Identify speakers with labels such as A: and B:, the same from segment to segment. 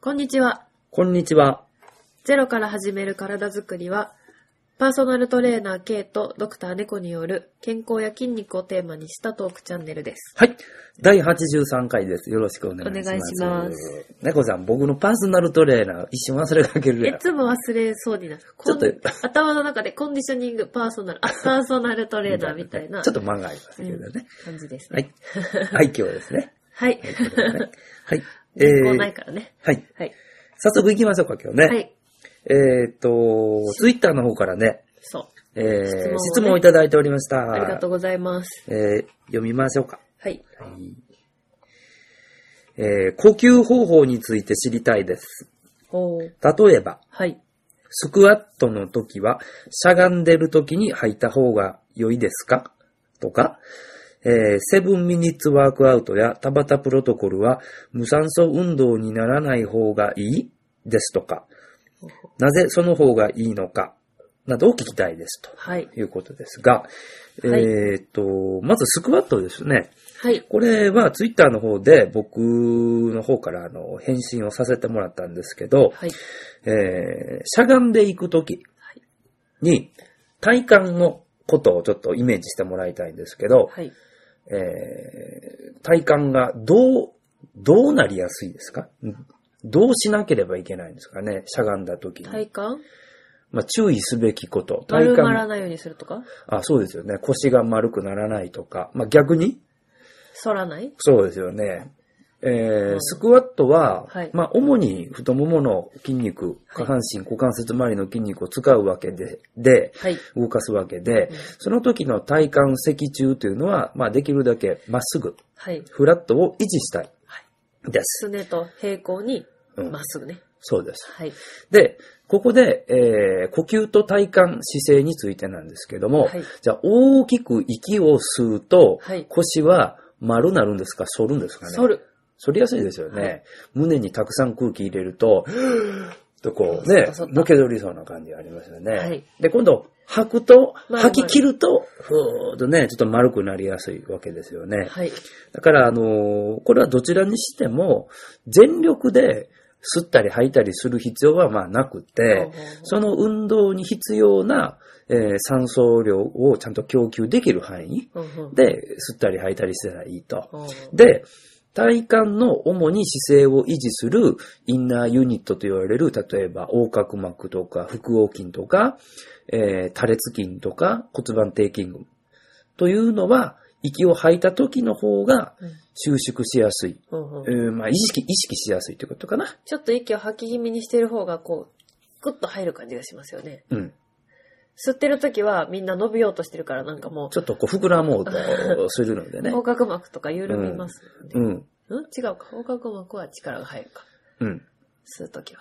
A: こんにちは。
B: こんにちは。
A: ゼロから始める体づくりは、パーソナルトレーナー K とドクター猫による健康や筋肉をテーマにしたトークチャンネルです。
B: はい。第83回です。よろしくお願いします。
A: お願いします。
B: 猫さん、僕のパーソナルトレーナー、一瞬忘れかけるや
A: い
B: ん。
A: つも忘れそうになる。こん
B: ちょっと
A: 頭の中でコンディショニング、パーソナル、 あ、パーソナルトレーナーみたいな
B: ちょっと漫画ありますけどね。
A: 感じです
B: はい
A: ね。。
B: 愛嬌で すね。
A: はい。
B: 愛嬌ですねはい。え
A: 人口ない
B: ー、
A: からね。
B: はい。
A: はい。
B: 早速行きましょうか、今日
A: は
B: ね。
A: い。
B: えーっと、ツイッターの方からね、
A: そう。
B: えー、
A: 質
B: 質
A: 問をね
B: 問をいただいておりました。
A: ありがとうございます。
B: えー、読みましょうか。
A: はい。
B: はい。えー、呼吸方法について知りたいです。
A: おー
B: 例えば、
A: はい。
B: スクワットの時は、しゃがんでる時に履いた方が良いですかとか、えー、セブンミニッツワークアウトやタバタプロトコルは無酸素運動にならない方がいいですとか、なぜその方がいいのか、などを聞きたいですと
A: はい。
B: いうことですが、
A: はい
B: えーっと、まずスクワットですね。
A: はい。
B: これはツイッターの方で僕の方からあの返信をさせてもらったんですけど、
A: はい。
B: えーしゃがんでいくときに、体幹のことをちょっとイメージしてもらいたいんですけど、
A: はい。
B: えー体幹がどう、どうなりやすいですかどうしなければいけないんですかねしゃがんだとき
A: 体
B: に。
A: 幹
B: まあ、注意すべきこと。
A: 丸まら
B: 体幹。
A: ないようにするとか
B: あ、そうですよね。腰が丸くならないとか。まあ、逆に
A: 反らない
B: そうですよね。えー
A: うん
B: スクワットは、
A: はい
B: まあ、主に太ももの筋肉、
A: は
B: 下
A: い
B: 半身、股関節周りの筋肉を使うわけで、で、
A: はい。
B: 動かすわけで
A: うん、
B: その時の体幹、脊柱というのは、まあ、できるだけまっすぐ、
A: はい。
B: フラットを維持したい
A: はい。
B: です。
A: すねと平行に
B: うん
A: まっすぐね。
B: そうです。
A: はい。
B: で、ここで、えー呼吸と体幹、姿勢についてなんですけども、
A: はい
B: じゃあ、大きく息を吸うと、
A: はい
B: 腰は丸なるんですか反るんですかね
A: 反る。
B: 反りやすいですよね。
A: はい
B: 胸にたくさん空気入れると、とこう
A: そ
B: ね
A: っかそっ、か
B: のけぞりそうな感じがありますよね。
A: はい
B: で、今度、吐くと、
A: 丸々
B: 吐き切ると、ふーっとね、ちょっと丸くなりやすいわけですよね。
A: はい。
B: だから、あのーこれはどちらにしても、全力で吸ったり吐いたりする必要はまあなく
A: ほうほ
B: て
A: うほ、う
B: その運動に必要な、えー酸素量をちゃんと供給できる範囲
A: うんうん
B: で吸ったり吐いたりしたらいいと。
A: うん
B: で、体幹の主に姿勢を維持するインナーユニットと言われる、例えば横隔膜とか腹横筋とか、えー、多裂筋とか骨盤底筋群というのは、息を吐いた時の方が収縮しやすい。
A: うんうん
B: えーまあ、意識、意識しやすいということかな。
A: ちょっと息を吐き気味にしてる方がこう、グッと入る感じがしますよね。
B: うん。
A: 吸ってる時はみんな伸びようとしてるからなんかも
B: ちょっとこう膨らもうとするので
A: う、
B: ね。
A: 横隔膜とか緩みます。
B: うん。
A: うん、違うか。横隔膜は力が入るか。
B: うん。
A: 吸う時は。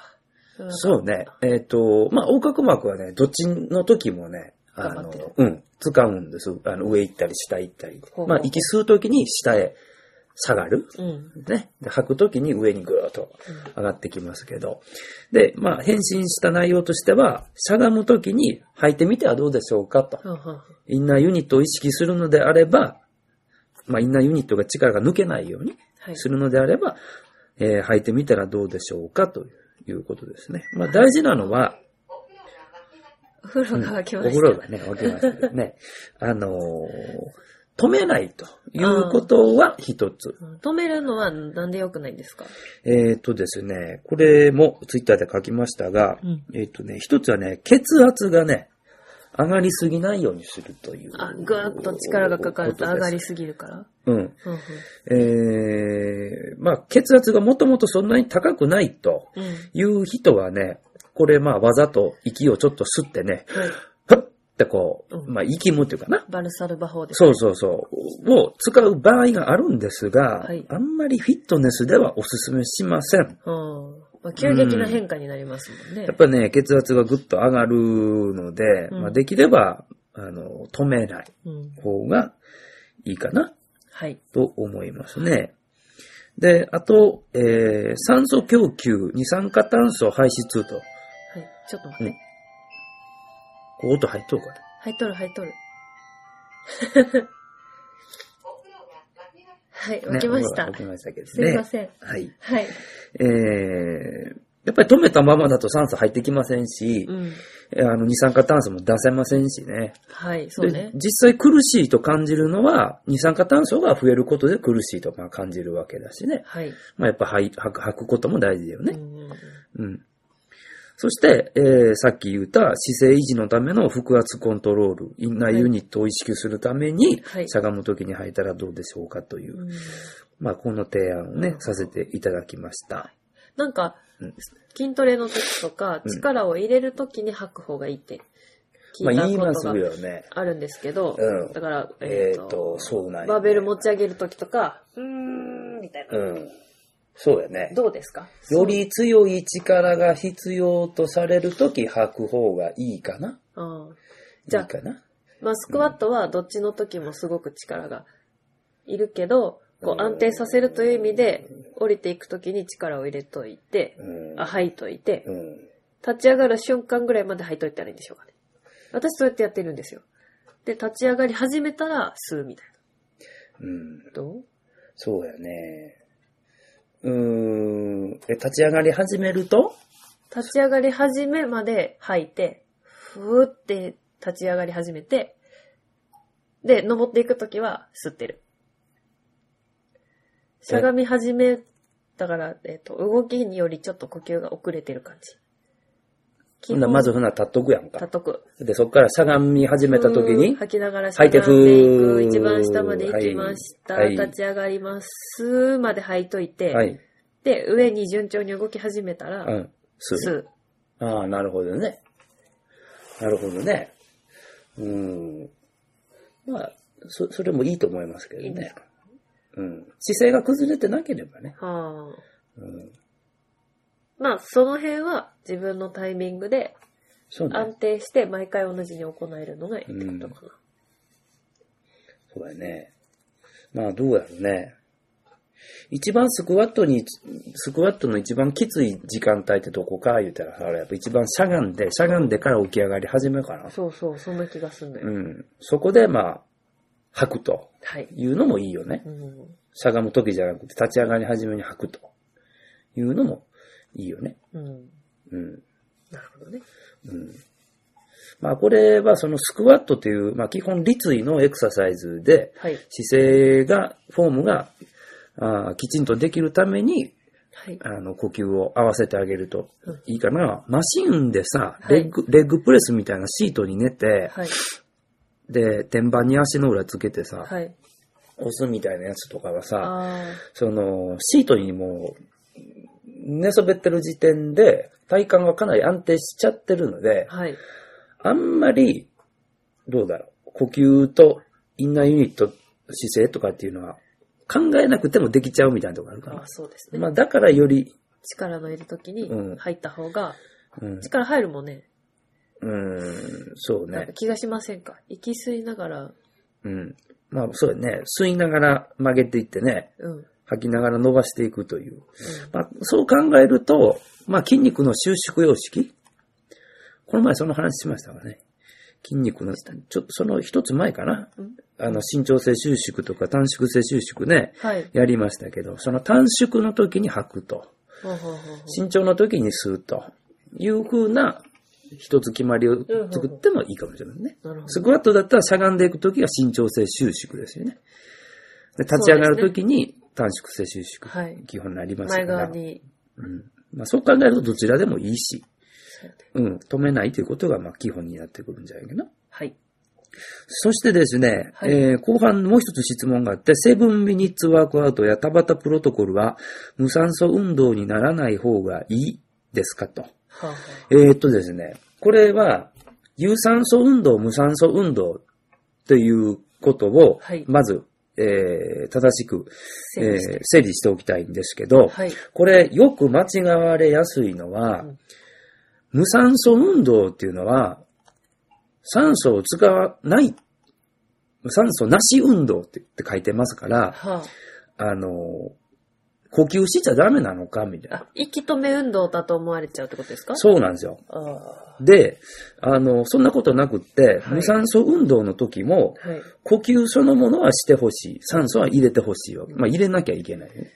B: そうね。えっ、と、まあ、横隔膜はね、どっちの時もね、あ
A: 頑張っ
B: の
A: てる、
B: うん、使うんです。あの、上行ったり下行ったり
A: ほうほう。
B: まあ、息吸う時に下へ下がる。
A: うん。うん。
B: ね。で吐く時に上にぐーっと上がってきますけど。で、まあ、返信した内容としては、しゃがむ時に吐いてみてはどうでしょうかと。
A: うんうん
B: インナーユニットを意識するのであれば、まあ、インナーユニットが力が抜けないように
A: はい。
B: するのであれば、えー履いてみたらどうでしょうかということですね。まあ大事なのは、
A: お風呂が沸き
B: お
A: ました。
B: 風呂がね、沸きましたけ どね。あのー止めないということは一つ。
A: うん止めるのはなんで良くないんですか
B: えっ、とですね、これもツイッターで書きましたが、
A: うん
B: えっ、とね、一つはね、血圧がね、上がりすぎないようにするという。
A: あ、ぐわっと力がかかると上がり
B: す
A: すぎるから。
B: ぎうん。
A: うんうん
B: えー、まあ血圧がもともとそんなに高くないと
A: うん。
B: いう人はね、これまあわざと息をちょっと吸ってね、
A: はい。
B: ふっってこう、
A: うん
B: まあ息むっていうかな。
A: バルサルバ法です。
B: そうそうそう。を使う場合があるんですが、
A: はい
B: あんまりフィットネスではおすすめしません。
A: うん。まあ、急激な変化になりますもんね。
B: やっぱね、血圧がぐっと上がるので、
A: うん
B: まあできれば、あの、止めない
A: うん。
B: 方がいいかな
A: はい。
B: と思いますね。で、あと、えー酸素供給、二酸化炭素排出と、
A: はい。ちょっと待って。
B: うんこう音入っとるかな。
A: 入っとる入っとる。 はい、
B: ね
A: わきました。
B: わきましたけどね。
A: すいません。
B: はい。
A: はい。
B: えー、やっぱり止めたままだと酸素入ってきませんし、
A: うん。
B: あの、二酸化炭素も出せませんしね。
A: はい、そうね
B: で。実際苦しいと感じるのは、二酸化炭素が増えることで苦しいとまあ感じるわけだしね。
A: はい。
B: まあやっぱ吐い吐く吐くことも大事だよ
A: う
B: ね。
A: んうん
B: うん。そして、えーさっき言った姿勢維持のための腹圧コントロール、インナーユニットを意識するために、
A: はい
B: しゃがむ時に吐いたらどうでしょうかという、
A: うん
B: まあこの提案をね、させていただきました。
A: なんか
B: うん、
A: 筋トレの時とか、
B: うん
A: 力を入れる時に吐く方がいいって聞
B: まあ
A: いた
B: 言い
A: こ
B: ます
A: とが
B: よね。
A: あるんですけど、
B: うん
A: だから、
B: えっ、と、そうなんやね
A: バーベル持ち上げる時とか、うーん、みたいな。
B: うん。そうやね。
A: どうですか
B: より強い力が必要とされるとき吐く方がいいかな
A: うんじゃあ
B: いいかな
A: まあ、スクワットはどっちの時もすごく力がいるけど、こう安定させるという意味で、降りていく時に力を入れといて、
B: うん。
A: あ、吐いといて、
B: うん。
A: 立ち上がる瞬間ぐらいまで吐いといたらいいんでしょうかね。私そうやってやってるんですよ。で、立ち上がり始めたら吸うみたい
B: うん。
A: な。どう
B: そうやね。うーん。え、立ち上がり始めると
A: 立ち上がり始めまで吐いて、ふーって立ち上がり始めて、で、登っていくときは吸ってる。しゃがみ始め、だから、えっ、と、動きによりちょっと呼吸が遅れてる感じ。
B: ほんならまずほんなら立っとくやん
A: 立っ
B: か。
A: とく。
B: で、そっからしゃがみ始めたとき
A: ふー
B: に、
A: 吐きながらしゃ
B: 吐いて
A: がんでいく。
B: ふー
A: 一番下まで行きました。
B: はいはい
A: 立ち上がります。まで吐いといて、
B: はい。
A: で、上に順調に動き始めたら、
B: うん。
A: 吸
B: す
A: う。
B: ああ、なるほどね。なるほどね。うん。まあ、そ、それもいいと思いますけどね。
A: いいんですか
B: うん。姿勢が崩れてなければね。
A: はあ。
B: うん。
A: まあ、その辺は自分のタイミングで
B: そうね
A: 安。定して毎回同じに行えるのがいいってことかな。
B: そうだよね。まあ、どうやろうね。一番スクワットに、スクワットの一番きつい時間帯ってどこか言うたら、あれやっぱ一番しゃがんで、しゃがんでから起き上がり始めるかな。
A: そうそう、そんな気がするんだよ。
B: うん。そこで、まあ、吐くと
A: はい。
B: いうのもいいよね
A: う。ん。
B: しゃがむ時じゃなくて、立ち上がり始めに吐くというのもいいよね。
A: うん。
B: うん。
A: なるほどね。
B: うん。まあ、これはそのスクワットという、まあ、基本立位のエクササイズで、
A: はい。
B: 姿勢が、フォームが、あーきちんとできるために、
A: はい。
B: あの、呼吸を合わせてあげると
A: うん
B: いいかな。マシンでさ、
A: はい
B: レッグ、レッグプレスみたいなシートに寝て、
A: はい。
B: で、天板に足の裏つけてさ、
A: はい。
B: 押すみたいなやつとかはさ、
A: あ
B: その、シートにもう、寝そべってる時点で、体幹がかなり安定しちゃってるので
A: あ。、はい。
B: あんまり、どうだろう、呼吸とインナーユニット、姿勢とかっていうのは、考えなくてもできちゃうみたいなとこあるか
A: あ
B: ら
A: あ、。そうですね。
B: まあ、だからより、
A: 力のいる時
B: うん
A: に入った方が、
B: うん、
A: 力入るもんね。
B: うん、そう
A: なん
B: ね
A: か。気がしませんか息吸いながら、
B: うん。まあ、そうだね。吸いながら曲げていってね、
A: うん。うん
B: 吐きながら伸ばしていくという。まあ、そう考えると、まあ、筋肉の収縮様式この前その話しましたわね。筋肉の、ちょっとその一つ前かな。
A: うん。
B: あの、伸長性収縮とか短縮性収縮ね、
A: はい。
B: やりましたけど、その短縮の時に吐くと、
A: ほうほうほうほう
B: 伸長の時に吸うという風な一つ決まりを作ってもいいかもしれないね。
A: なるほ
B: ス
A: ど。
B: クワットだったらしゃがんでいくときは伸長性収縮ですよね。で立ち上がるときに短縮性収縮、
A: はい
B: 基本になりますか
A: 前側
B: ら。
A: に、
B: うんまあ、そう考えるとどちらでもいいし、
A: そうやって
B: うん、止めないということがまあ基本になってくるんじゃないかな。
A: はい。
B: そしてですね、
A: はい
B: えー後半もう一つ質問があって、セブンミニッツワークアウトやタバタプロトコルは無酸素運動にならない方がいいですかと。
A: はあは
B: えーっとですね、これは、有酸素運動、無酸素運動ということを
A: はい、
B: まず、えー正しく、
A: あ。
B: えー整理しておきたいんですけど、
A: はい。
B: これよく間違われやすいのは、
A: うん
B: 無酸素運動っていうのは、酸素を使わない、酸素なし運動ってって書いてますから、
A: はあ。
B: あの、呼吸しちゃダメなのかみたいな。
A: あ、息止め運動だと思われちゃうってことですか
B: そうなんですよ。
A: う。あ
B: で、あの、そんなことなくって、
A: はい
B: 無酸素運動の時も、
A: ーはい。
B: 呼吸そのものはしてほしい。酸素は入れてほしいわけ。まあ、入れなきゃいけないね、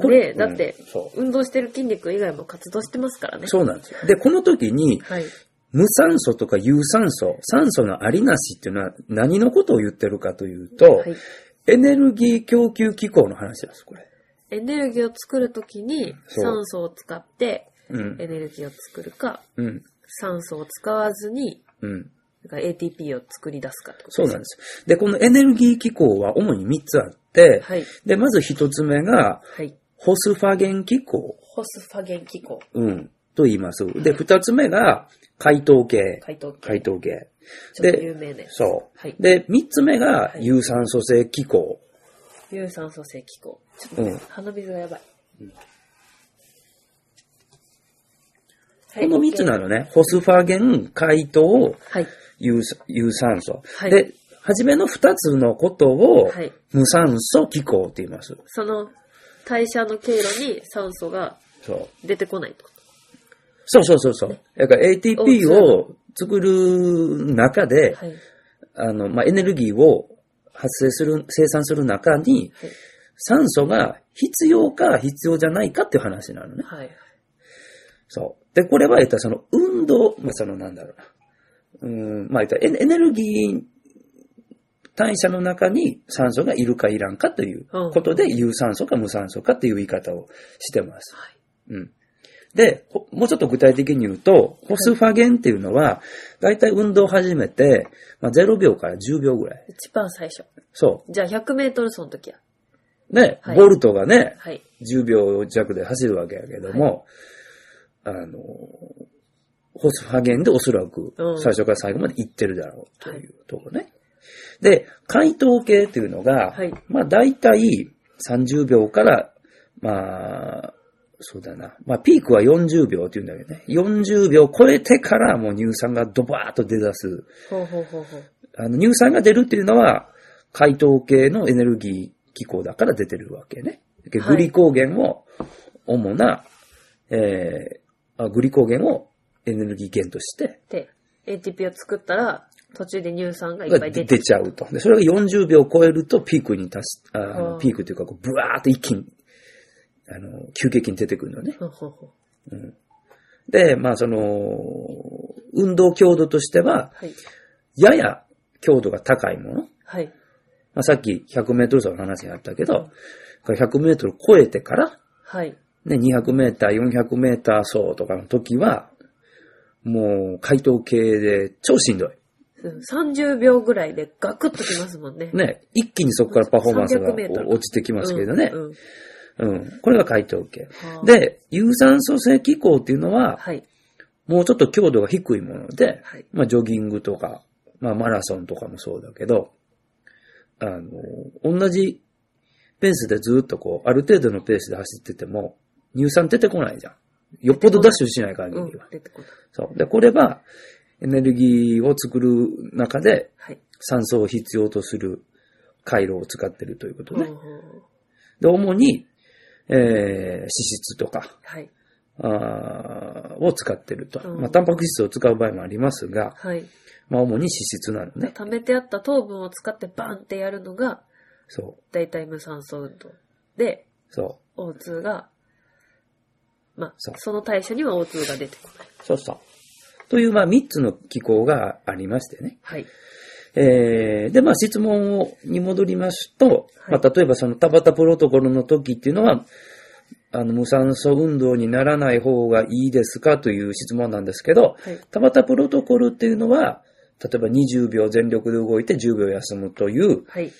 B: これ
A: で、だって、
B: うんそ
A: 運動してる筋肉以外も活動してますからね。
B: そうなんですよ。で、この時に、
A: はい。
B: 無酸素とか有酸素、酸素のありなしっていうのは何のことを言ってるかというと、
A: はい。
B: エネルギー供給機構の話なんです、これ。
A: エネルギーを作るときに、
B: そう
A: 酸素を使って
B: うん
A: エ。ネルギーを作るか、
B: うん。
A: 酸素を使わずに、
B: うん。
A: なんか ATP を作り出すかってこと
B: そう
A: で
B: なん
A: す
B: で。す。で、このエネルギー機構は主に3つあって、
A: はい。
B: で、まず1つ目が、
A: はい。
B: ホスファゲン機構。
A: ホスファゲン機構。
B: うん。と言います。で、2つ目が、解凍系。
A: 解凍系。
B: 解凍系。
A: ちょっと有名ね。
B: そ。。
A: はいう
B: で、3つ目が、有酸素性機構。
A: 有酸素性気候。ちょっと待って、
B: う
A: 鼻水がやばい。
B: この3つな
A: の
B: のね。ホスファゲン、解凍、
A: はい。
B: 有有酸素。
A: はい
B: で、初めの2つのことを、
A: はい
B: 無酸素機構って言います。
A: その、代謝の経路に酸素が
B: そう。
A: 出てこないってこと。
B: そうそうそうそう。だから ATP
A: お
B: を作る中で、
A: はい。
B: あの、まあ、エネルギーを発生する、生産する中に、酸素が必要か必要じゃないかっていう話なのね。
A: はい。
B: そう。で、これは言ったらその運動、まあ、そのなんだろうな。うん、まあ、言ったらエネエネルギー代謝の中に酸素がいるかいらんかということで、有酸素か無酸素かっていう言い方をしてます。
A: はい。
B: うん。で、ほもうちょっと具体的に言うと、ホスファゲンっていうのは、だいたい運動を始めて、まあ、0秒から10秒ぐらい。
A: 一番最初。
B: そ
A: じゃあ100メートル走の時や。
B: う。ね、
A: はい
B: ボルトがね、
A: はい。
B: 10秒弱で走るわけやけども、あの、ホスファゲンでおそらく
A: うん
B: 最初から最後まで行ってるだろうと
A: はい
B: いうところね。で、解凍系っていうのが、
A: はい
B: まあ大体30秒から、まあ、そうだな。まあピークは40秒っていうんだけどね。40秒超えてからもう乳酸がドバーッと出だす。
A: ほうほうほうほう。
B: あの乳酸が出るっていうのは、解凍系のエネルギー機構だから出てるわけね。で
A: はい
B: グリコーゲンを主な、えーあグリコーゲンをエネルギー源として、
A: で、ATP を作ったら、途中で乳酸がいっ
B: が
A: ぱい
B: 出
A: 出て
B: 出ちゃうと。で、それが40秒超えるとピークに達し、ああの
A: うん
B: ピークというか、こうブワーって一気に、あの、急激に出てくるのね。
A: ほうほうほう。
B: で、まあその、運動強度としては、
A: はい。
B: やや強度が高いもの。
A: はい。
B: まあ、さっき100メートル走の話があったけど、これ100メートル超えてから、
A: はい。
B: ね、200メーター、400メーター走とかの時は、もう、回答系で超しんどい。
A: うん30秒ぐらいでガクッときますもんね。
B: ね、一気にそこからパフォーマンスが
A: 300メートル
B: 落ちてきますけどね
A: う。んうん
B: うん。これが回答系。
A: はあ
B: で、有酸素性機構っていうのは、
A: はい。
B: もうちょっと強度が低いもので、
A: はい
B: まあ、ジョギングとか、まあ、マラソンとかもそうだけど、あの、同じペースでずっとこう、ある程度のペースで走ってても、乳酸出てこないじゃん。よっぽどダッシュしない限り
A: う
B: は。
A: ん。出てこない。
B: そう。で、これは、エネルギーを作る中で、
A: はい。
B: 酸素を必要とする回路を使ってるということ
A: ほう
B: ね。
A: ほうほう
B: で、主に、えー、脂質とか、
A: はい。
B: あーを使ってると。
A: うん
B: まあ、タンパク質を使う場合もありますが、
A: はい。
B: まあ、主に脂質なのね。
A: 溜めてあった糖分を使ってバンってやるのが、
B: そう。
A: 大体無酸素運動。で、
B: そう。
A: O2 が、まあ、
B: そう
A: その代謝には O2 が出てこない。
B: そうそう。という、まあ、3つの機構がありましてね。
A: はい。
B: えー、で、まあ、質問をに戻りますと、
A: はい
B: まあ、例えばその田端プロトコルの時っていうのは、あの、無酸素運動にならない方がいいですかという質問なんですけど、
A: はい。
B: 田端プロトコルっていうのは、例えば20秒全力で動いて10秒休むという、
A: はい。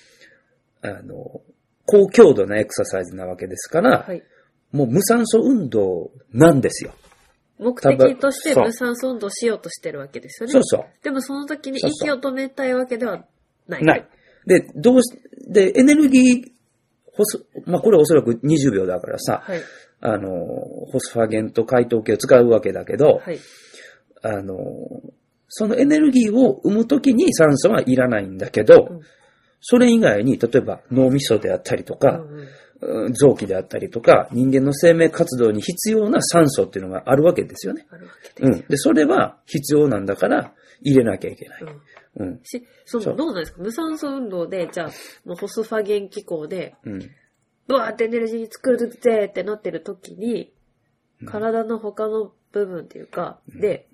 B: あの、高強度なエクササイズなわけですから、
A: はい。
B: もう無酸素運動なんですよ。
A: 目的として
B: そう
A: 無酸素運動しようとしてるわけですよね。
B: そうそ
A: でもその時に
B: そうそう
A: 息を止めたいわけではな
B: う。
A: い。
B: ない。。で、どうし、で、エネルギー、ホス、まあ、これおそらく20秒だからさ、
A: はい。
B: あの、ホスファゲンと解凍系を使うわけだけど、
A: はい。
B: あの、そのエネルギーを生むときに酸素はいらないんだけど、
A: うん
B: それ以外に、例えば脳みそであったりとか、
A: うんうん
B: うん臓器であったりとか、人間の生命活動に必要な酸素っていうのがあるわけですよね。
A: あるわけ
B: う
A: で
B: ん。で、それは必要なんだから、入れなきゃいけない
A: す。。うん
B: うん。
A: し、そ
B: そ
A: の、
B: う
A: どうなんですか無酸素運動で、じゃあ、もうホスファゲン機構で、
B: うん。
A: うわーってエネルギー作るぜーってなってる時に
B: う、ん
A: 体の他の部分っていうか、で、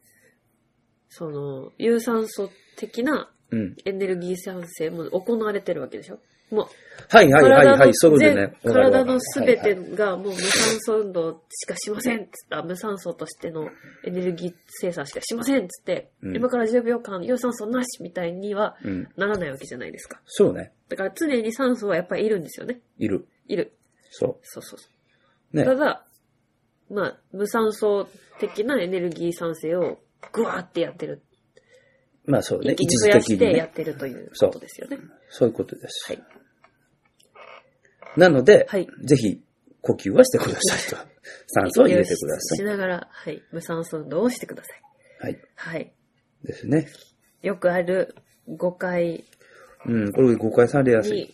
A: その、有酸素的な
B: うん。
A: エネルギー産生も行われてるわけでしょもう、
B: はいはいはい
A: 体
B: はい、
A: の
B: そうで
A: 全、
B: ね。わかるわか
A: 体
B: る
A: のすべてがもう無酸素運動しかしませんっつった、無酸素としてのエネルギー生産しかしませんっつって、
B: うん
A: 今から10秒間有酸素なしみたいには
B: うん。
A: ならないわけじゃないですか。
B: そうね。
A: だから常に酸素はやっぱりいるんですよね。
B: いる。
A: いる。
B: そ。
A: そうそうそう
B: ね。
A: ただ、まあ、無酸素的なエネルギー産生をグワーってやってる。
B: まあそうね。
A: 一気
B: 一
A: に増
B: 時
A: や
B: 的
A: し
B: に
A: てやっ
B: ね。
A: てるという
B: そう
A: ことですよね。
B: そういうことで
A: は
B: す。
A: い。
B: なので、
A: はい
B: ぜひ、呼吸はしてくだ さいと。酸素を入れてくだ
A: し
B: さい。
A: ながら、はい。無酸素運動をしてください。
B: はい。
A: はい。
B: ですね。
A: よくある誤解
B: うん、これ誤解されやすい。
A: に、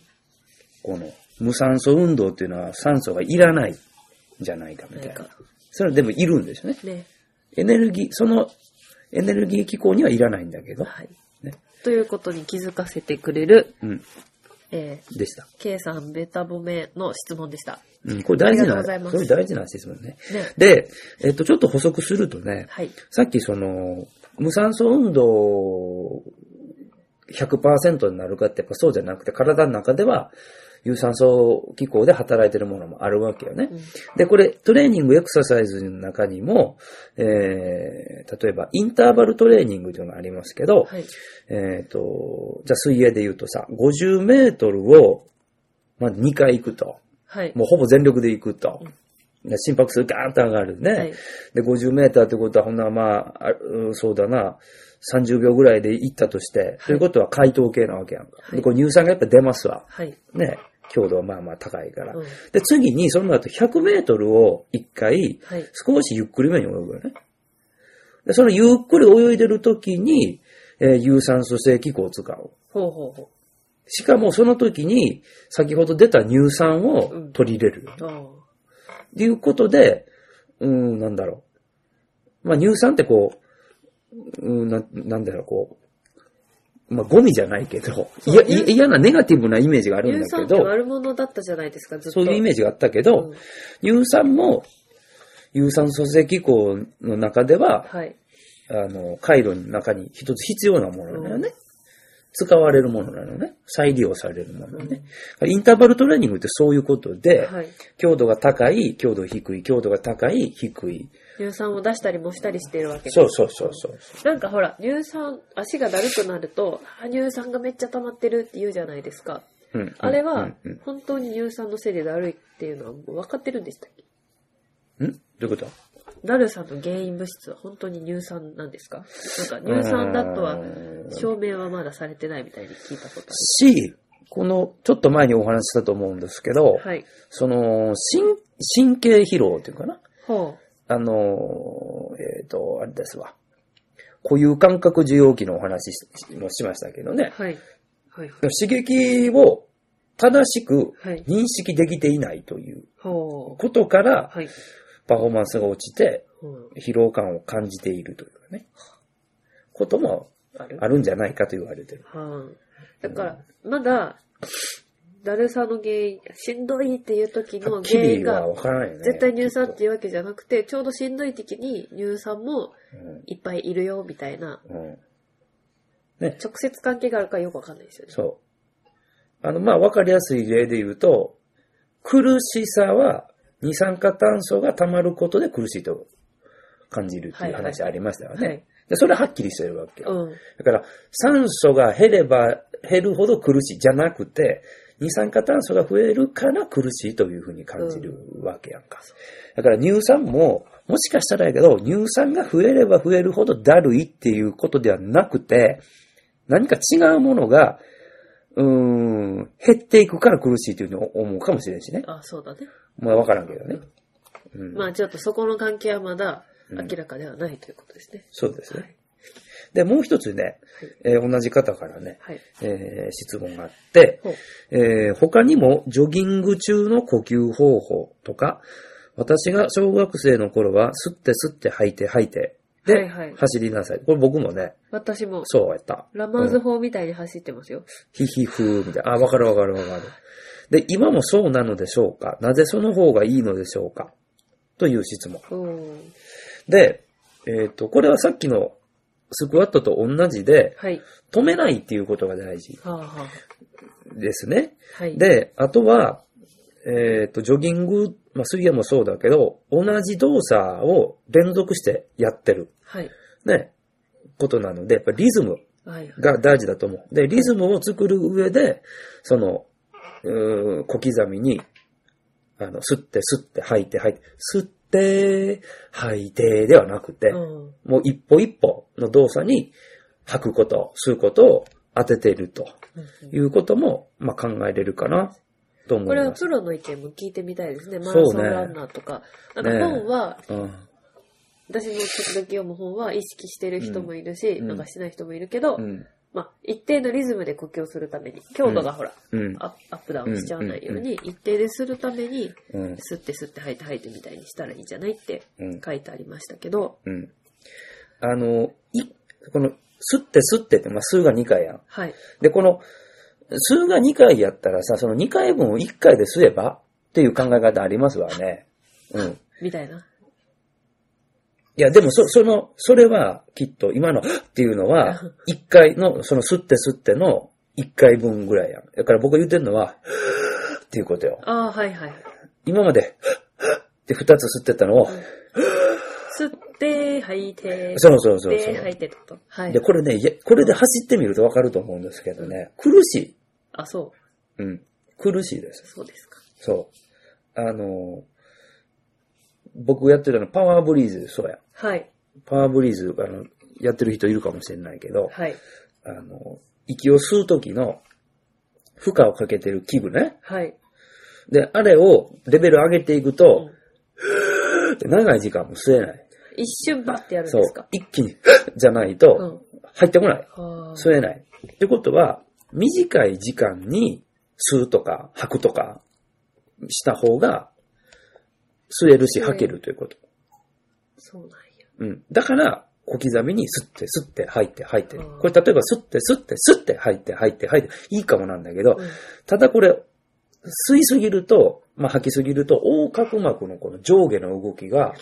B: この、無酸素運動っていうのは酸素がいらないんじゃないかみ
A: な
B: たい
A: ん
B: な
A: か。、
B: それはでもいるんですよね。
A: ね。
B: エネルギー、その、エネルギー機構にはいらないんだけど。
A: はい。
B: ね
A: ということに気づかせてくれる、
B: うん、
A: えー、
B: でした。
A: K さんベタ褒めの質問でした。
B: うん、これ大事
A: ありがとう
B: な、
A: ございます
B: これ大事な質問ね。
A: ね。
B: で、えっと、ちょっと補足するとね、
A: はい。
B: さっきその、無酸素運動100%になるかってやっぱそうじゃなくて、体の中では有酸素機構で働いてるものもあるわけよね。
A: うん
B: で、これ、トレーニング、エクササイズの中にも、えー、例えば、インターバルトレーニングというのがありますけど、
A: はい。
B: えっ、と、じゃあ水泳で言うとさ、50メートルを、まあ、2回行くと。
A: はい。
B: もうほぼ全力で行くと。で心拍数ガーンと上がるね。
A: はい。
B: で、50メーターってことは、ほんならまあ、あうんそうだな、30秒ぐらいで行ったとして、ということは解凍系なわけやんか。
A: はい
B: で、こう乳酸がやっぱ出ますわ。
A: はい。
B: ね。強度はまあまあ高いから。
A: うん
B: で、次に、その後100メートルを1回、
A: はい。
B: 少しゆっくりめに泳ぐよね。で、そのゆっくり泳いでる時に、えー有酸素性気候を使う。
A: ほうほうほ
B: しかもその時に、先ほど出た乳酸を取り入れる。
A: う。あ
B: っていうことで、うーん、なんだろう。まあ、乳酸ってこう、うーん、なんなんだろう、こう、まあ、ゴミじゃないけど、いや、い嫌なネガティブなイメージがあ
A: あ。
B: るん
A: 乳
B: だけ
A: 酸って
B: ど、
A: 悪者だったじゃないですか、ずっと。
B: そういうイメージがあったけど、乳酸も、有酸素性機構の中で
A: うん
B: は、
A: はい。
B: あの、回路の中に一つ必要なものなのよね。使われるものなのね。再利用されるものね。インターバルトレーニングってそういうことで、
A: はい。
B: 強度が高い、強度低い、強度が高い、低い。
A: 乳酸を出したりもしたりしてるわけです
B: そうそうそうそう。
A: なんかほら、乳酸、足がだるくなると、あー乳酸がめっちゃ溜まってるって言うじゃないですか。
B: うんうん
A: あれ
B: う
A: は
B: んうん、
A: 本当に乳酸のせいでだるいっていうのはもう分かってるんでしたっけ
B: んどういうこと
A: だるさの原因物質は本当に乳酸なんですかなんか乳酸だとは
B: う、ーん
A: 証明はまだされてないみたいに聞いたこと
B: し、この、ちょっと前にお話ししたと思うんですけど、
A: ある。はい。
B: その、神、神経疲労っていうかな
A: ほ
B: あの、えっ、と、あれですわ。固有感覚受容器のお話ししもしましたけどね。
A: う。はい。はいはい。
B: 刺激を正しく
A: はい。
B: 認識できていないという
A: ほう。
B: ことから、
A: はい。
B: パフォーマンスが落ちて、
A: うん
B: 疲労感を感じているというかね、ことも
A: ある
B: あるんじゃないかと言われてる。
A: はい。だから、まだ、だるさの原因、しんどいっていう時
B: は
A: の
B: っき
A: 原因
B: りは
A: が、
B: わからないよね。
A: 絶対乳酸っていうわけじゃなくて、ちょうどしんどい時に乳酸も
B: うん。
A: いっぱいいるよみたいな、
B: うん。
A: 直接関係があるかよくわかんないですよね。
B: そう。あの、まあ、わかりやすい例で言うと、苦しさは二酸化炭素が溜まることで苦しいと感じるっていう話ありましたよね。
A: はい。
B: でそれははっきりしてるわけ。
A: うん。
B: だから、酸素が減れば減るほど苦しいじゃなくて、二酸化炭素が増えるから苦しいというふうに感じるわけやんか。だから乳酸も、もしかしたらやけど、乳酸が増えれば増えるほどだるいっていうことではなくて、何か違うものが、うーん、減っていくから苦しいというふうに思うかもしれんしね。
A: あ、そうだね。
B: まあわからんけどね。うん、
A: まあちょっとそこの関係はまだ
B: うん
A: 明らかではないということですね。
B: そうです
A: は
B: ね。
A: い。
B: で、もう一つね、えー同じ方からね、
A: はい。
B: えー質問があって、
A: ほう。
B: えー他にもジョギング中の呼吸方法とか、私が小学生の頃は、吸って吸って吐いて吐いて、で、
A: はいはい
B: 走りなさい。これ僕もね、
A: 私も、
B: そうやった。
A: ラマーズ法みたいに走ってますよ。
B: ヒヒフーみたいな。あ、わかるわかるわかる。で、今もそうなのでしょうかなぜその方がいいのでしょうかという質問。
A: うん。
B: で、えっ、と、これはさっきのスクワットと同じで、
A: はい。
B: 止めないっていうことが大事
A: はあ、はあ、
B: ですね。
A: はい。、
B: で、あとは、えっ、と、ジョギング、まあ、水泳もそうだけど、同じ動作を連続してやってる、
A: はい。
B: ね、ことなので、やっぱリズム
A: はいはい。
B: が大事だと思う。で、リズムを作る上で、その、うー小刻みに、あの、吸って吸って吐いて吐いて、吸って、吐いてではなくて、
A: うん。
B: もう一歩一歩の動作に吐くこと、吸うことを当てているということも、まあ、考えれるかなと思
A: こ
B: い
A: れは
B: ます。
A: プロの意見も聞いてみたいですね。マ
B: そう
A: ラソン
B: ね
A: ランナーとか。なんか本は、
B: うん
A: 私も時々読む本は意識してる人もいるし、
B: うん
A: なんかしてない人もいるけど、
B: うん。
A: まあ、一定のリズムで呼吸をするために、強度がほら、
B: うん。
A: アップアップダウンしちゃわないように、一定でするために、
B: うん。
A: 吸って吸って吐いて吐いてみたいにしたらいいんじゃないって
B: うん。
A: 書いてありましたけど、
B: うん。あの、い、この、吸って吸ってって、まあ、吸うが2回やん。
A: はい。
B: で、この、数が2回やったらさ、その2回分を1回で吸えばっていう考え方ありますわね。うん。
A: みたいな。
B: いや、でもそ、その、それは、きっと、今の、っていうのは、1回の、その、吸って吸っての1回分ぐらいやん。だから僕が言ってるのは、っていうことよ。
A: ああ、はいはいはい。
B: 今まで、って2つ吸ってたのを、
A: 吸って、吐いて、
B: そうそうそうそ
A: で、吐
B: う。
A: いてってこと。はい
B: で、。これね、いやこれで走ってみるとわかると思うんですけどね、苦し
A: あ、そ
B: い。うん。苦しいです
A: う。。そうですか。
B: そう。あの、僕やってたのパワーブリーズ、そうや。
A: はい。
B: パワーブリーズ、あの、やってる人いるかもしれないけど、
A: はい。
B: あの、息を吸う時の負荷をかけてる器具ね。
A: はい。
B: で、あれをレベル上げていく
A: う
B: と
A: ん、
B: 長い時間も吸えない。
A: 一瞬バッてやるん
B: そう
A: ですか。
B: 一気に、じゃないうと、
A: ん。
B: 入ってこない。
A: はあ。
B: 吸えない。ってことは、短い時間に吸うとか吐くとかした方が、吸えるし
A: うん
B: 吐けるということ。
A: そうなんや。
B: うん。だから、小刻みに吸って吸って吐いて吐いて。
A: うん
B: これ例えば吸って吸って吸って吐いて吐いて吐いて、いいかもなんだけど、
A: うん
B: ただこれ、吸いすぎると、まあ、吐きすぎると、横隔膜のこの上下の動きが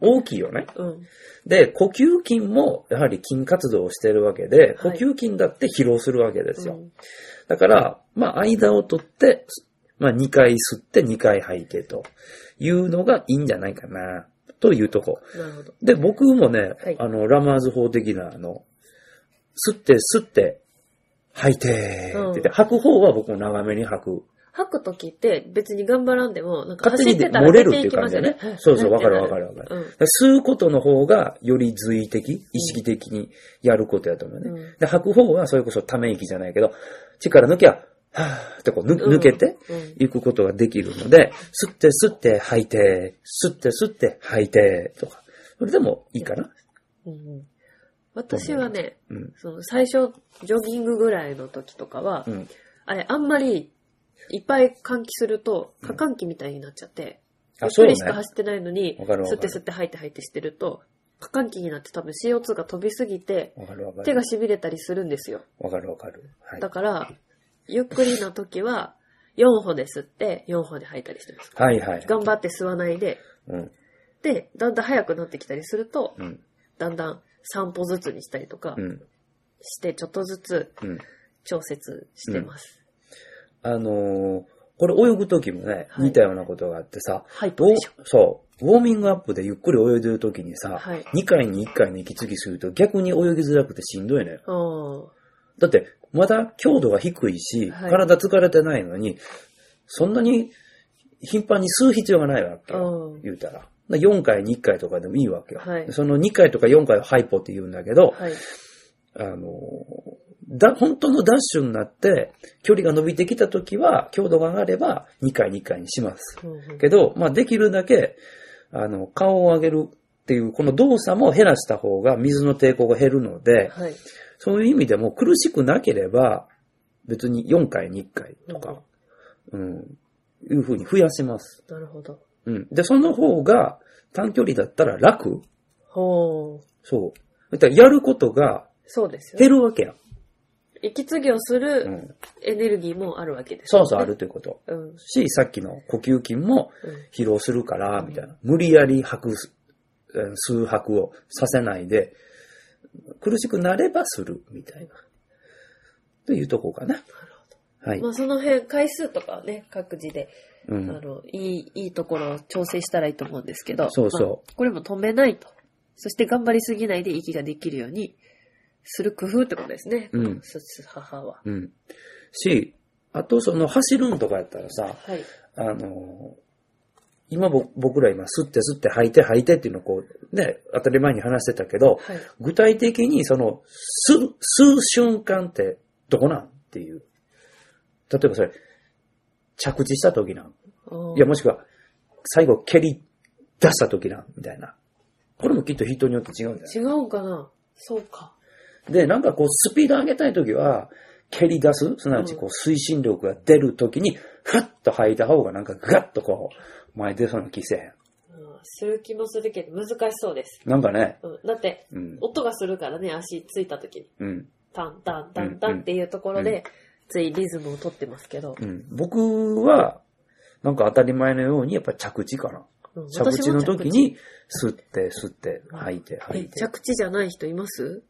B: 大きいよね。
A: うん。
B: で、呼吸筋もやはり筋活動をしてるわけで、呼
A: はい
B: 吸筋だって疲労するわけですよ。
A: うん
B: だから、まあ、間を取って、まあ、2回吸って2回吐いてというのがいいんじゃないかな、というとこ。
A: なるほど。
B: で、僕もね、
A: はい
B: あの、ラマーズ法的な、あの、吸って吸って、吐いてーって言って、
A: うん
B: 吐く方は僕も長めに吐く。
A: 吐くときって別に頑張らんでも、なんか
B: 勝
A: 走
B: 手
A: っ
B: に
A: て
B: で
A: たら
B: 漏
A: 出
B: れるっててい
A: いうき
B: 感
A: ま
B: じ
A: す
B: だ
A: よ
B: ね
A: ね。。
B: そうそう、わかるわか
A: る。
B: るわか
A: う
B: る。
A: ん。
B: 吸うことの方がより随意的、意識的にやることやと思うね。
A: うん
B: で、吐く方はそれこそため息じゃないけど、力抜きゃ、はーってこう抜 抜けて
A: うん
B: いくことができるので、吸って吸って吐いて、吸って吸って吐いて、とか。それでもいいかな。
A: うん私はね、
B: うん。
A: その最初、ジョギングぐらいの時とかは、
B: うん。
A: あれ、あんまり、いっぱい換気すると、過換気みたいになっちゃって、ゆっ
B: あ、そ
A: く
B: うね
A: りし。か走ってないのに、
B: わかるわか
A: 吸っ
B: る
A: て吸って吐いて吐いてしてると、過換気になって多分 CO2 が飛びすぎて、
B: わかるわか
A: 手
B: る。
A: が痺れたりするんですよ。
B: わかるわかる。はい。
A: だから、ゆっくりの時は、4歩で吸って、4歩で吐いたりしてます。
B: はいはい。
A: 頑張って吸わないで、
B: うん。
A: で、だんだん速くなってきたりすると、
B: うん。
A: だんだん3歩ずつにしたりとか
B: うん。
A: して、ちょっとずつ
B: うん。
A: 調節してます。
B: あのーこれ泳ぐ時もね、
A: はい
B: 似たようなことがあってさ、
A: ハイポ
B: どう
A: でしょ。
B: そう、ウォーミングアップでゆっくり泳いでる時にさ、
A: はい
B: 2回に1回の息継ぎすると逆に泳ぎづらくてしんどいのよ。
A: あ
B: だって、まだ強度が低いし、
A: はい
B: 体疲れてないのに、そんなに頻繁に吸う必要がないわけ
A: あ、
B: よ、
A: うん。
B: 言うたら。4回に1回とかでもいいわけよ。
A: はい
B: その2回とか4回をハイポって言うんだけど、
A: はい。
B: あの、だ、本当のダッシュになって、距離が伸びてきたときは、強度が上がれば、2回2回にします。
A: うんうん
B: けど、まあ、できるだけ、あの、顔を上げるっっていう、この動作も減らした方が水の抵抗が減るので、
A: はい。
B: そういう意味でも苦しくなければ、別に4回に1回とか、うん、いう風に増やします。
A: なるほど。
B: うん。で、その方が短距離だったら楽
A: ほう。
B: そう。だからやることが
A: そうですよね。
B: 減るわけや。
A: 息継ぎをす
B: う
A: る
B: ん。
A: エネルギーもあるわけです、
B: そうそうあ。るということ。
A: うん。うん。
B: し、さっきの呼吸筋も疲労するから、みたいな。無理やり吐く、えー数拍をさせないで、苦しくなればする、みたいな。というとこかな。はい
A: ま。あその辺、回数とかはね、各自で、
B: う
A: あ
B: ん。
A: の、いい、いいところを調整したらいいと思うんですけど。
B: そうそう
A: まあこれも止めないと。そして頑張りすぎないで息ができるようにする工夫ってことですね。
B: うん
A: すす母は。
B: うん。し、あとその走るんとかやったらさ、
A: はい。
B: あの、今ぼ僕ら今吸って吸って吐いて吐いてっていうのをこう、ね、当たり前に話してたけど、
A: はい。
B: 具体的にその、吸う、吸う瞬間ってどこなんっていう。例えばそれ、着地した時なん。
A: おー
B: いや、もしくは、最後蹴り出した時なん、みたいな。これもきっと人によって違うんじゃな
A: 違うんかなそうか。
B: いで、なんかこう、スピード上げたい時は、蹴り出す、すなわちこう、推進力が出る時に、ふっと吐いた方がなんかガッとこう、前出そうな気せえ
A: うんする気もするけど、難しそうです。
B: へん。なんかね、
A: うん、だって、
B: うん、
A: 音がするからね、足ついた時に。
B: うん、
A: タンタンタンタンっていうところ
B: うんう
A: で、ついリズムをとってますけど。
B: うん。僕は、なんか当たり前のように、やっぱり着地かな。
A: うん
B: 着地の時。
A: 私も着地
B: に、吸って、吸って、吐いて、吐い
A: え
B: て。
A: 着地じゃない人います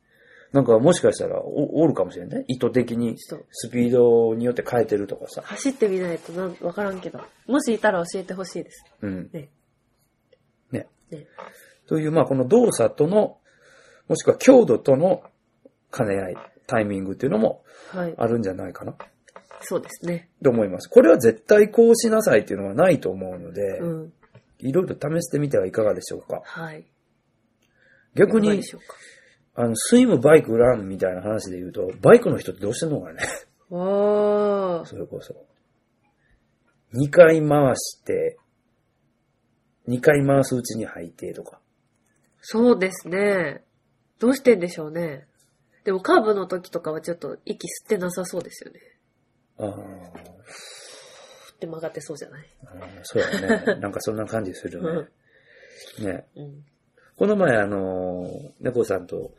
B: なんかもしかしたらお、おるかもしれないね。意図的に、
A: ちょっと
B: スピードによって変えてるとかさ。
A: 走ってみないとなんわからんけど。もしいたら教えてほしいです。
B: うん。
A: ね。
B: ね。
A: ね。
B: という、まあ、この動作との、もしくは強度との兼ね合い、タイミングっていうのも
A: はい。
B: あるんじゃないかな、
A: そうですね。
B: と思います。これは絶対こうしなさいっていうのはないと思うので、
A: うん。
B: いろいろ試してみてはいかがでしょうか。
A: はい。
B: 逆
A: いかが
B: に
A: で、しょうか
B: あの、スイム、バイク、ランみたいな話で言うと、バイクの人ってどうしてんのかね。
A: わー。
B: それこそ。2回回して、2回回すうちに吐いてとか。
A: そうですね。どうしてんでしょうね。でもカーブの時とかはちょっと息吸ってなさそうですよね。
B: ああ、
A: 振って曲がってそうじゃない。
B: そうや ね。なんかそんな感じするよね。ね。
A: うん。
B: この前、あのー、猫さんと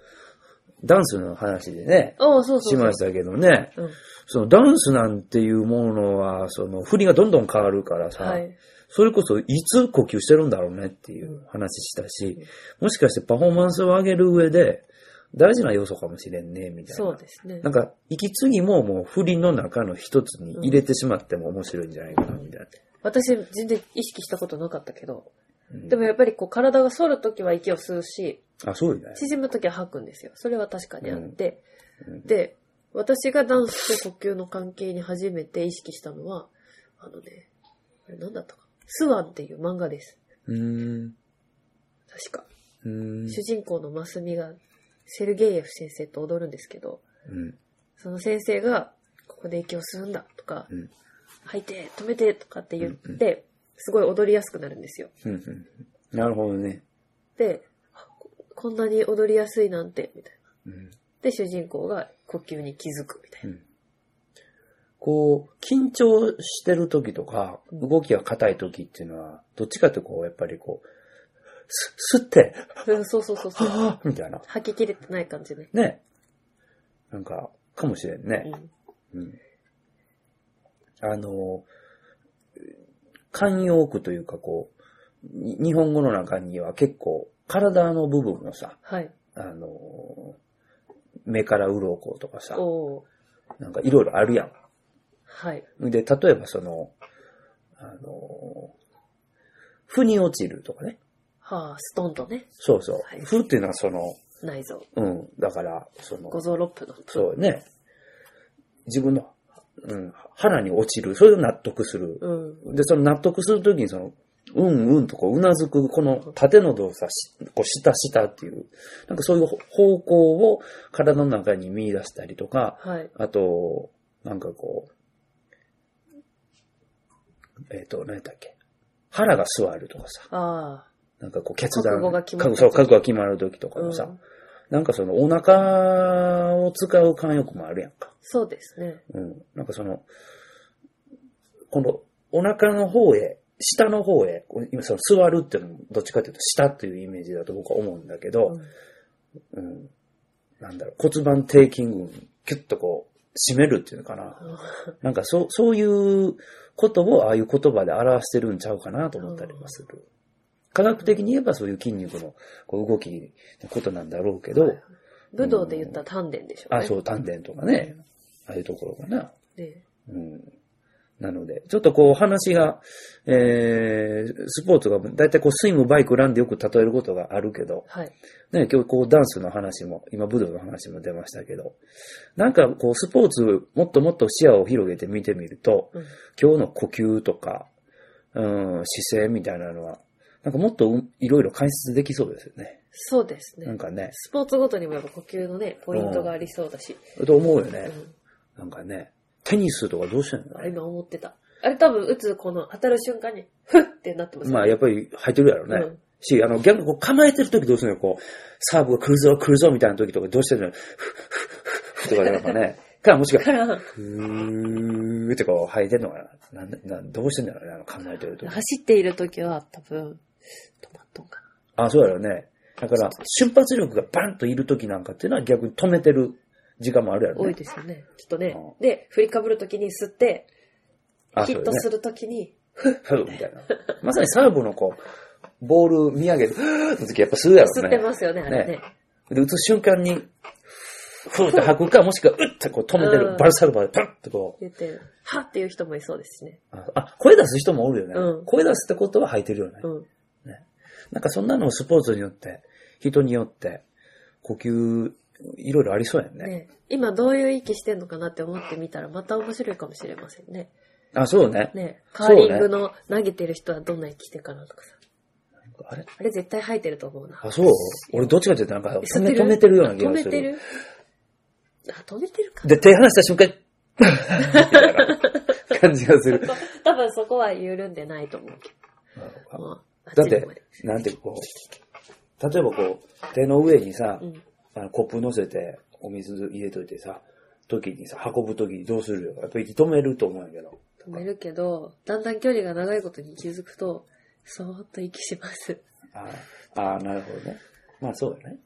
B: ダンスの話でね、
A: ああ、そうそうそう。
B: しましたけどね、
A: うん。
B: そのダンスなんていうものは、その振りがどんどん変わるからさ、
A: はい。
B: それこそいつ呼吸してるんだろうねっていう話したし、もしかしてパフォーマンスを上げる上で大事な要素かもしれんね、みたいな。
A: そうですね
B: な。んか、息継ぎももう振りの中の一つに入れてしまっても面白いんじゃないかな、みたいな。
A: 私、全然意識したことなかったけど。
B: うん
A: でもやっぱりこう、体が反る時は息を吸うし、
B: あ、そうだよね。
A: 縮む時は吐くんですよ。それは確かにあって。で、私がダンスと呼吸の関係に初めて意識したのは、あのね、あれ何だったか。スワンっていう漫画です。
B: うーん。
A: 確か。
B: うーん。
A: 主人公のマスミが、セルゲイエフ先生と踊るんですけど、
B: うん。
A: その先生が、ここで息を吸うんだとか、
B: うん
A: 吐いて、止めてとかって言って、すごい踊りやすくなるんですよ。
B: うんうん。なるほどね。
A: で、あここんなに踊りやすいなんて、みたいな。
B: うん。
A: で、主人公が呼吸に気づくみたいうな。
B: ん。こう、緊張してる時とか、
A: うん
B: 動きが硬い時っていうのは、どっちかってこう、やっぱりこう、す、吸って、
A: うんそうそうそうそう。
B: はぁみたいな。
A: 吐き切れてない感じね。
B: ね。なんか、かもしれん
A: う
B: ね。
A: ん。
B: うん。あの、慣用句というかこう、に日本語の中には結構、体の部分のさ、
A: はい。
B: あの、目から鱗とかさ、
A: おー
B: なんかいろいろあるや
A: はい。
B: ん。で、例えばその、あの、腑に落ちるとかね。
A: はあ、ストンとね、
B: そうそう
A: はい。
B: 腑っていうのはその、
A: 内臓。
B: うん、だから、その、
A: 五臓六腑の。
B: そうね。自分の、うん、腹に落ちる。それを納得する。
A: うん。
B: で、その納得するときに、その、うんうんとこう、うなずく、この縦の動作、しこう、したしたっていう、なんかそういう方向を体の中に見出したりとか、
A: はい。
B: あと、なんかこう、えっ、と、何やったっけ腹が座るとかさ、
A: ああ、
B: なんかこう決断。
A: 覚悟が決まった時
B: 覚悟そう、覚悟が決まる時とかもさ、
A: うん
B: なんかそのお腹を使う慣用句もあるやんか。
A: そうですね。
B: うん。なんかその、このお腹の方へ、下の方へ、これ今その座るっていうのもどっちかっていうと下っていうイメージだと僕は思うんだけど、
A: うん
B: うん、なんだろう、骨盤底筋群、キュッとこう、締めるっていうのかな。なんかそう、そういうことをああいう言葉で表してるんちゃうかなと思ったりもする。科学的に言えばそういう筋肉のこう動きのことなんだろうけど、
A: 武道で言ったら丹田でしょうね。
B: あ、そう、丹田とかね、ああいうところかな。
A: ね
B: うん。なので、ちょっとこう話が、えー、スポーツが、だいたいこうスイム、バイク、ランでよく例えることがあるけど、
A: はい。
B: ね、今日こうダンスの話も、今武道の話も出ましたけど、なんかこうスポーツもっともっと視野を広げて見てみると、
A: うん
B: 今日の呼吸とか、うん、姿勢みたいなのは、なんかもっとういろいろ解説できそうですよね。
A: そうです
B: なん
A: ね。
B: かね。
A: スポーツごとにもやっぱ呼吸のね、ポイントがありそうだし。
B: と思うよ
A: う
B: ね。
A: ん
B: なんかね。テニスとかどうしてんの
A: あれ今思ってた。あれ多分打つこの当たる瞬間に、ふっってなってますよね
B: まあやっぱり入ってるやろうね。
A: うん
B: し、あの逆にこう構えてる時どうするのこう、サーブが来るぞ来るぞみたいな時とかどうしてるのふっふっふっふっとかなんかね。か、もしくは、
A: から、
B: ふーってこう吐いてるのかな。なんなんどうしてんだろうね、あの構えてる時。
A: 走っている時は多分、止まっとんかな。
B: あ、そうだよね。だから、瞬発力がバンといる時なんかっていうのは逆に止めてる時間もあるやろ
A: 多い
B: ね。
A: ですよね。きっとね
B: うん。
A: で、振りかぶる時に吸って、
B: あ、
A: ヒ
B: そう
A: ット
B: だよね
A: す。る時に、
B: ふうみたいな。まさにサーブのこう、ボール見上げて、ふーって時やっぱするやろ
A: 吸
B: ね。
A: ってますよね、あれね。
B: で、打つ瞬間に、ふーって吐くか、もしくは、うってこう止めて
A: う
B: る
A: ん。
B: バルサルバでパッてこう。
A: 言って、はっっていう人もいそうですしね。
B: ああ、声出す人もおるよね。
A: うん
B: 声出すってことは吐いてるよね。
A: うん。
B: なんかそんなのもスポーツによって、人によって、呼吸、いろいろありそうやんね。
A: ね今どういう息してんのかなって思ってみたらまた面白いかもしれませんね。
B: あ、そうね。
A: ねカーリングの投げてる人はどんな息してるかなとかさ。
B: あれ
A: あれ絶対吐いてると思うな。
B: あ、そう俺どっちかっていうとなんか止
A: 吸って
B: め
A: る
B: 止めてるような気がする。
A: 止めてるあ、止めてるか。
B: で、手離した瞬間、みたいな 感じが する。
A: 多分そこは緩んでないと思うけど。まあ
B: だって
A: あちこまで、
B: なんてこう、例えばこう、手の上にさ、
A: うん。
B: あのコップ乗せて、お水入れといてさ、時にさ、運ぶ時にどうするよ。やっぱ息止めると思うんやけど。
A: 止めるけど、だんだん距離が長いことに気づくと、そーっと息します。
B: あーあー、なるほどね。まあそうだね。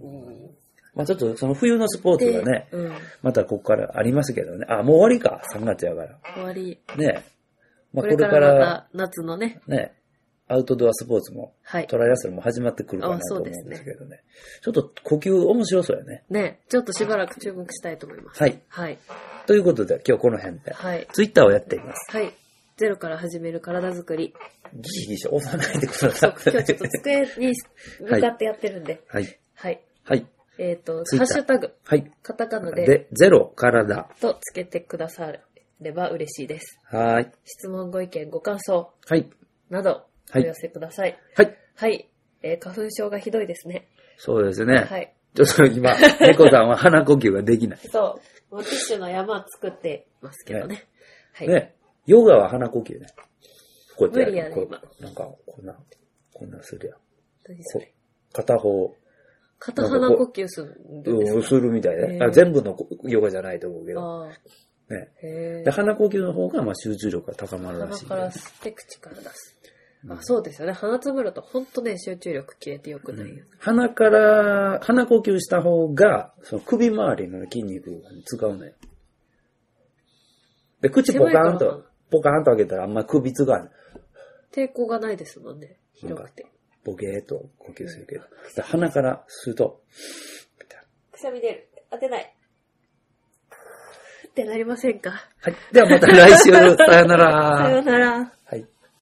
A: うん。
B: まあちょっとその冬のスポーツ
A: で、
B: がね、
A: うん。
B: またここからありますけどね。あ、もう終わりか。3月やから。
A: 終わり。
B: ね
A: こ
B: まあこ
A: れ
B: れ
A: か
B: から、
A: らまた夏のね、
B: ね、アウトドアスポーツも、
A: はい。
B: トライアスロンも始まってくるかな
A: あ
B: と
A: そ
B: 思う
A: うん
B: で
A: ですね
B: すけどね。ちょっと呼吸面白そうやね。
A: ね、ちょっとしばらく注目したいと思います。
B: はい。
A: はい。
B: ということで、今日この辺で、
A: はい。
B: ツイッターをやっています。
A: はい。ゼロから始める体づくり。
B: ギシギシ押さないでくだ
A: そ
B: さ
A: う、今日ちょっと
B: い。
A: 机に向かってやってるんで。
B: はい。
A: はい。
B: はい。
A: えっ、と、
B: Twitter
A: ハッシュタグ、
B: はい。
A: カタカナで、
B: で、ゼロからだ。
A: とつけてくだされば嬉しいです。
B: はーい。
A: 質問、ご意見、ご感想
B: はい。
A: など、お
B: はい
A: 寄せください。
B: はい。
A: はい。えー花粉症がひどいですね。
B: そうですね。
A: はい。
B: ちょっ と今、猫さんは鼻呼吸ができない。
A: そう。もうティッシュの山作ってますけどね。はい。
B: ね。ヨガは鼻呼吸ね。こうやってる
A: 無理やね
B: こうなんか、こんな、こんなするやん。
A: 何それ
B: 片方、
A: 片鼻呼吸するんです
B: うん、するみたい
A: へ
B: ね。
A: ー
B: あ全部のヨガじゃないと思うけ
A: か
B: ど。
A: ああ。
B: ね。
A: へ
B: で、鼻呼吸の方が、まあ、集中力が高まるら
A: 鼻
B: しいん
A: か
B: で。
A: ら吸って口から出す。
B: うん
A: あそうですよね。鼻つぶると本当ね、集中力切れてよくないよ。
B: 鼻から、鼻呼吸した方が、その首周りの筋肉が使うのよ。で、口ポカー
A: 狭
B: ン
A: いから
B: と
A: か、
B: ポカーンと開けたらあんま首つかん。
A: 抵抗がないですもんね。広くて。
B: ボケーっと呼吸するけど。で鼻から吸うと、みたい
A: くしゃみ出る。当てない。ってなりませんか
B: なはい。ではまた来週、さよなら。
A: さようなら。